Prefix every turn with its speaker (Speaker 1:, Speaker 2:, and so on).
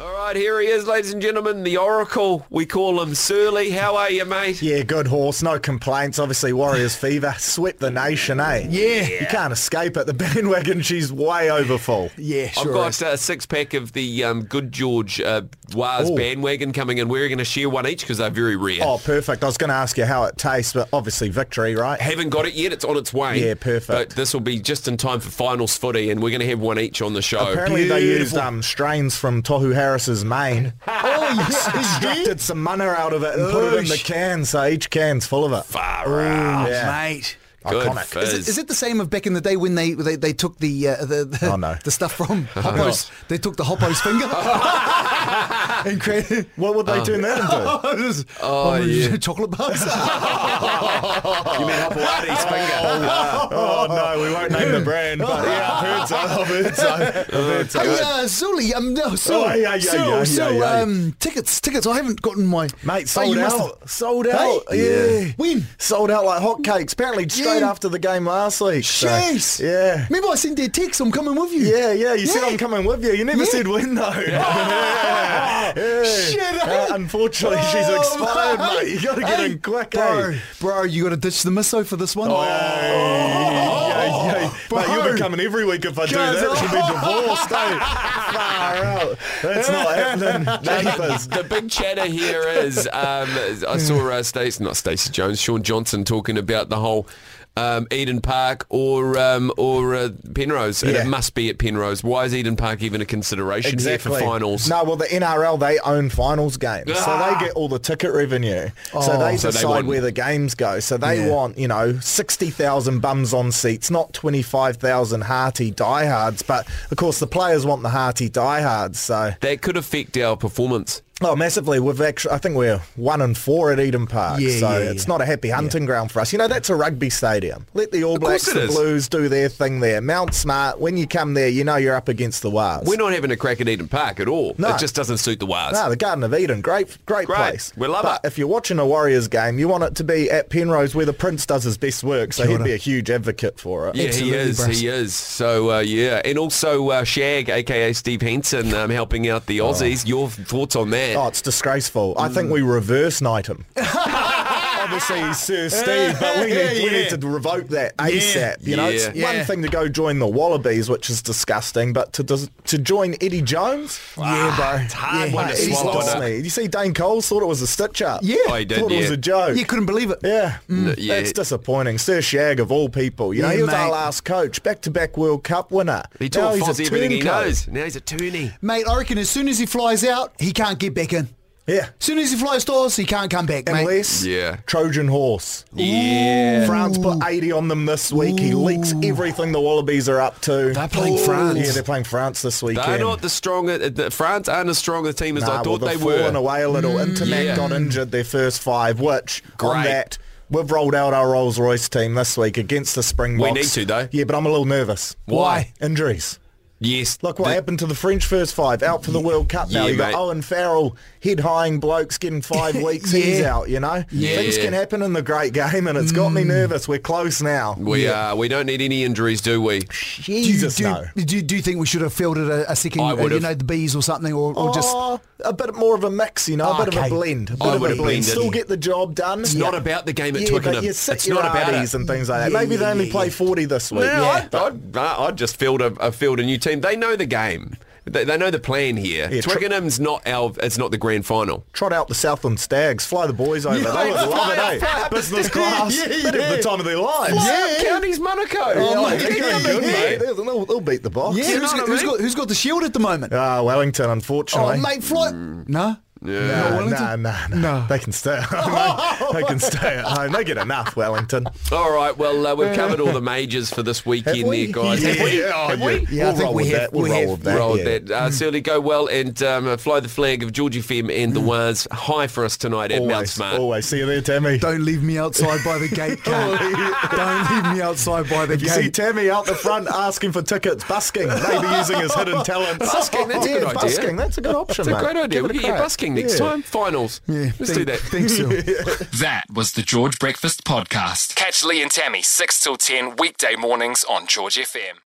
Speaker 1: All right, here he is, ladies and gentlemen, the Oracle. We call him Surly. How are you, mate?
Speaker 2: Yeah, good horse. No complaints. Obviously, Warriors fever swept the nation, eh?
Speaker 3: Yeah.
Speaker 2: You can't escape it. The bandwagon, she's way over full.
Speaker 3: Yeah, sure.
Speaker 1: I've got
Speaker 3: is.
Speaker 1: uh, a six pack of the um, Good George uh, Waz
Speaker 2: Ooh.
Speaker 1: bandwagon coming in. We're going to share one each because they're very rare.
Speaker 2: Oh, perfect. I was going to ask you how it tastes, but obviously victory, right?
Speaker 1: Haven't got it yet. It's on its way.
Speaker 2: Yeah, perfect.
Speaker 1: But this will be just in time for finals footy, and we're going to have one each on the show.
Speaker 2: Apparently they used
Speaker 3: Beautiful.
Speaker 2: um, strains from Tohu Harris's mane,
Speaker 3: Oh, yes, he did.
Speaker 2: extracted some mana out of it and put it in the
Speaker 3: Oosh.
Speaker 2: can, so each can's full of it.
Speaker 1: Far
Speaker 3: Oh,
Speaker 1: out.
Speaker 2: Yeah.
Speaker 3: mate.
Speaker 1: Good
Speaker 2: Iconic.
Speaker 1: fizz.
Speaker 3: Is it, is it the same of back in the day when they they, they took the, uh, the the,
Speaker 2: Oh, no.
Speaker 3: the stuff from Hoppo's? They took the Hoppo's finger and created
Speaker 2: What would they turn that into?
Speaker 3: oh, chocolate bars.
Speaker 1: You mean Hopawati's finger?
Speaker 2: Oh, no, we won't name the brand, but yeah, I've heard so. I've heard so. I've heard so.
Speaker 3: Hey, uh, Zuli, um, no, so,
Speaker 2: Oh, yeah, yeah,
Speaker 3: so,
Speaker 2: yeah,
Speaker 3: so,
Speaker 2: yeah, yeah.
Speaker 3: um, tickets, tickets. I haven't gotten my
Speaker 2: Mate,
Speaker 3: Hey,
Speaker 2: sold
Speaker 3: you must
Speaker 2: out. Sold out.
Speaker 3: Hey?
Speaker 2: Yeah.
Speaker 3: When?
Speaker 2: Sold out like hotcakes. Apparently straight
Speaker 3: Yeah.
Speaker 2: after the game last week. so-
Speaker 3: Jeez.
Speaker 2: yeah.
Speaker 3: Remember I sent you a text. I'm coming with you.
Speaker 2: Yeah, yeah. You said
Speaker 3: Yeah.
Speaker 2: I'm coming with you. You never
Speaker 3: Yeah.
Speaker 2: said when though. Yeah. Yeah.
Speaker 3: Shit,
Speaker 2: Uh,
Speaker 3: eh?
Speaker 2: unfortunately, she's
Speaker 3: Oh,
Speaker 2: expired, mate. You got to get
Speaker 3: Hey,
Speaker 2: in quick,
Speaker 3: bro.
Speaker 2: eh?
Speaker 3: Bro, you got to ditch the miso for this
Speaker 2: Oh,
Speaker 3: one.
Speaker 2: Hey, hey, hey.
Speaker 3: Bro.
Speaker 2: Mate, you'll be coming every week if I do
Speaker 3: Guys,
Speaker 2: that.
Speaker 3: oh.
Speaker 2: She'll be divorced, eh? Far out. That's not happening. Jeepers.
Speaker 1: The big chatter here is um, I saw uh, Stacey, not Stacey Jones, Sean Johnson talking about the whole um, Eden Park or um, or uh, Penrose, and
Speaker 2: Yeah.
Speaker 1: it must be at Penrose. Why is Eden Park even a consideration here for finals?
Speaker 2: No, well, the NRL they own finals games, so
Speaker 1: Ah.
Speaker 2: they get all the ticket revenue. So
Speaker 3: Oh.
Speaker 2: they
Speaker 1: So they
Speaker 2: decide
Speaker 1: want-
Speaker 2: where the games go. So they
Speaker 3: Yeah.
Speaker 2: want you know sixty thousand bums on seats, not twenty five thousand hearty diehards. But of course, the players want the hearty diehards. So
Speaker 1: That could affect our performance.
Speaker 2: oh, massively, we've actually I think we're one and four at Eden Park.
Speaker 3: Yeah,
Speaker 2: so
Speaker 3: yeah,
Speaker 2: it's
Speaker 3: yeah.
Speaker 2: not a happy hunting ground for us. You know, that's a rugby stadium. Let the All
Speaker 1: course
Speaker 2: Blacks,
Speaker 1: it
Speaker 2: the
Speaker 1: is.
Speaker 2: Blues do their thing there. Mount Smart. When you come there, you know you're up against the Wars.
Speaker 1: We're not having a crack at Eden Park at all.
Speaker 2: No.
Speaker 1: It just doesn't suit the wires.
Speaker 2: No, the Garden of Eden, great, great,
Speaker 1: Great.
Speaker 2: place.
Speaker 1: We love
Speaker 2: but
Speaker 1: it.
Speaker 2: If you're watching a Warriors game, you want it to be at Penrose where the Prince does his best work, so he'd be a huge advocate for it.
Speaker 1: Yeah,
Speaker 3: Absolutely,
Speaker 1: he is.
Speaker 3: Bruce.
Speaker 1: He is. So uh, yeah, and also uh, Shag, aka Steve Henson, um, helping out the Aussies. Your thoughts on that?
Speaker 2: Oh, it's disgraceful. I think we reverse knight him. Obviously, he's Sir Steve, but we need, we
Speaker 3: Yeah,
Speaker 2: need
Speaker 3: yeah.
Speaker 2: to revoke that ASAP. You know, it's
Speaker 1: Yeah.
Speaker 2: one
Speaker 3: Yeah.
Speaker 2: thing to go join the Wallabies, which is disgusting, but to dis- to join Eddie Jones,
Speaker 3: Yeah, bro.
Speaker 1: It's hard
Speaker 3: Yeah,
Speaker 1: one to
Speaker 3: mate,
Speaker 2: he's
Speaker 3: he's
Speaker 1: swallow.
Speaker 2: lost
Speaker 1: isn't it?
Speaker 2: me. Did you see Dane Cole thought it was a stitch up?
Speaker 3: Yeah.
Speaker 1: Oh, he did,
Speaker 2: thought it was
Speaker 1: yeah.
Speaker 2: a joke.
Speaker 3: You couldn't believe it.
Speaker 2: Yeah.
Speaker 1: N- Mm. yeah.
Speaker 2: That's disappointing. Sir Shag of all people. You know,
Speaker 3: Yeah,
Speaker 2: he was our
Speaker 3: mate.
Speaker 2: last coach, back-to-back World Cup winner.
Speaker 1: He
Speaker 2: Now
Speaker 1: taught
Speaker 2: he's a
Speaker 1: Fozzie everything he
Speaker 2: turncoat.
Speaker 1: knows. Now he's a toony.
Speaker 3: Mate, I reckon as soon as he flies out, he can't get back in.
Speaker 2: Yeah.
Speaker 3: As soon as he flies to us, he can't come back, mate.
Speaker 2: Unless
Speaker 1: Yeah.
Speaker 2: Trojan horse.
Speaker 1: Yeah.
Speaker 2: France put 80 on them this week. He leaks everything the Wallabies are up to.
Speaker 3: They're playing France.
Speaker 2: Yeah, they're playing France this weekend.
Speaker 1: They're not the stronger. The, France aren't as strong a team as
Speaker 2: Nah,
Speaker 1: I thought they
Speaker 2: well, they've
Speaker 1: were. Mm,
Speaker 2: fallen away a little. Intermac
Speaker 1: Yeah.
Speaker 2: got injured their first five, which on
Speaker 1: Great.
Speaker 2: that, we've rolled out our Rolls-Royce team this week against the Springboks.
Speaker 1: need to, though.
Speaker 2: Yeah, but I'm a little nervous.
Speaker 1: Why?
Speaker 2: Injuries.
Speaker 1: Yes.
Speaker 2: Look what
Speaker 1: The-
Speaker 2: happened to the French first five, out for the World Cup now.
Speaker 1: Yeah,
Speaker 2: you got
Speaker 1: mate.
Speaker 2: Owen Farrell, head-high blokes getting five weeks, he's
Speaker 3: Yeah.
Speaker 2: out, you know?
Speaker 1: Yeah. Mm.
Speaker 2: Things can happen in the great game, and it's got me nervous. We're close now.
Speaker 1: We uh, we don't need any injuries, do we?
Speaker 3: Do you,
Speaker 2: Jesus,
Speaker 3: do,
Speaker 2: no.
Speaker 3: do, you- do you think we should have fielded a, a second,
Speaker 1: I
Speaker 3: uh,
Speaker 1: would've.
Speaker 3: you know, the bees or something, or, or just...
Speaker 2: Oh, a bit more of a mix, you know, a bit of a
Speaker 3: Okay.
Speaker 2: blend. A bit
Speaker 1: I
Speaker 2: of a
Speaker 1: would've blended.
Speaker 2: blend. Still get the job done.
Speaker 1: It's not about the game at
Speaker 2: yeah,
Speaker 1: Twickenham.
Speaker 2: but you sit
Speaker 1: It's
Speaker 2: your
Speaker 1: not about
Speaker 2: Ardies
Speaker 1: it.
Speaker 2: and things like that.
Speaker 3: Yeah,
Speaker 2: Maybe they
Speaker 3: yeah,
Speaker 2: only
Speaker 3: yeah,
Speaker 2: play
Speaker 3: yeah.
Speaker 2: 40 this week.
Speaker 1: No,
Speaker 2: yeah.
Speaker 1: I'd, I'd, I'd just field a, a field a new team. They know the game. They, they know the plan here.
Speaker 2: Yeah, tr-
Speaker 1: Twickenham's not our. It's not the grand final.
Speaker 2: Trot out the Southland Stags. Fly the boys over.
Speaker 3: Yeah,
Speaker 2: they would love
Speaker 1: fly-
Speaker 2: it,
Speaker 1: fly
Speaker 2: eh?
Speaker 1: up
Speaker 2: Business
Speaker 1: the-
Speaker 2: class.
Speaker 3: Yeah,
Speaker 2: They'd have the
Speaker 3: yeah.
Speaker 2: time of their lives.
Speaker 1: Up Counties Monaco.
Speaker 2: Oh,
Speaker 3: my
Speaker 2: they're
Speaker 3: God.
Speaker 2: going good,
Speaker 3: Yeah.
Speaker 2: mate. They'll, they'll- they'll beat the box.
Speaker 3: yeah,
Speaker 1: you know
Speaker 3: who's,
Speaker 1: what I
Speaker 3: got, who's,
Speaker 1: mean?
Speaker 3: got, who's got the shield at the moment?
Speaker 2: Ah, Wellington,
Speaker 3: oh,
Speaker 2: unfortunately.
Speaker 3: mate, flight... No?
Speaker 1: Yeah.
Speaker 2: No,
Speaker 3: No,
Speaker 2: no,
Speaker 3: Wellington?
Speaker 2: no, no.
Speaker 3: No.
Speaker 2: They can stay. At home. They can stay at home. They get enough, Wellington.
Speaker 1: All right. Well, uh, we've covered all the majors for this weekend,
Speaker 2: we?
Speaker 1: there, guys.
Speaker 2: Yeah.
Speaker 1: Have we?
Speaker 2: Yeah, oh,
Speaker 1: Have
Speaker 2: yeah. Mm.
Speaker 1: we?
Speaker 3: Yeah,
Speaker 2: We'll
Speaker 3: I think
Speaker 2: roll
Speaker 3: we
Speaker 2: with
Speaker 3: have.
Speaker 2: that. We'll
Speaker 3: we
Speaker 2: roll
Speaker 3: have.
Speaker 2: with that.
Speaker 1: Roll
Speaker 2: yeah.
Speaker 1: that. Uh, Certainly go well and um, uh, fly the flag of Georgie Fem and the Waz high for us tonight at Mount
Speaker 2: Mm. Always,
Speaker 1: Smart.
Speaker 2: always. See you there, Tammy.
Speaker 3: Don't leave me outside by the gate, Kane. Don't leave me outside by the
Speaker 2: you
Speaker 3: gate.
Speaker 2: see Tammy out the front asking for tickets, busking, maybe using his hidden talent.
Speaker 1: Busking, that's a
Speaker 2: yeah,
Speaker 1: good idea.
Speaker 2: Busking, that's a good option,
Speaker 1: It's a
Speaker 2: mate.
Speaker 1: great idea.
Speaker 2: Give
Speaker 1: We'll
Speaker 2: it a
Speaker 1: get you
Speaker 2: crack.
Speaker 1: busking next
Speaker 2: Yeah.
Speaker 1: time. Finals.
Speaker 3: yeah,
Speaker 1: Let's
Speaker 3: thank-
Speaker 1: do that.
Speaker 3: Thanks, Phil.
Speaker 4: That was the George Breakfast Podcast. Catch Lee and Tammy 6 till 10 weekday mornings on George FM.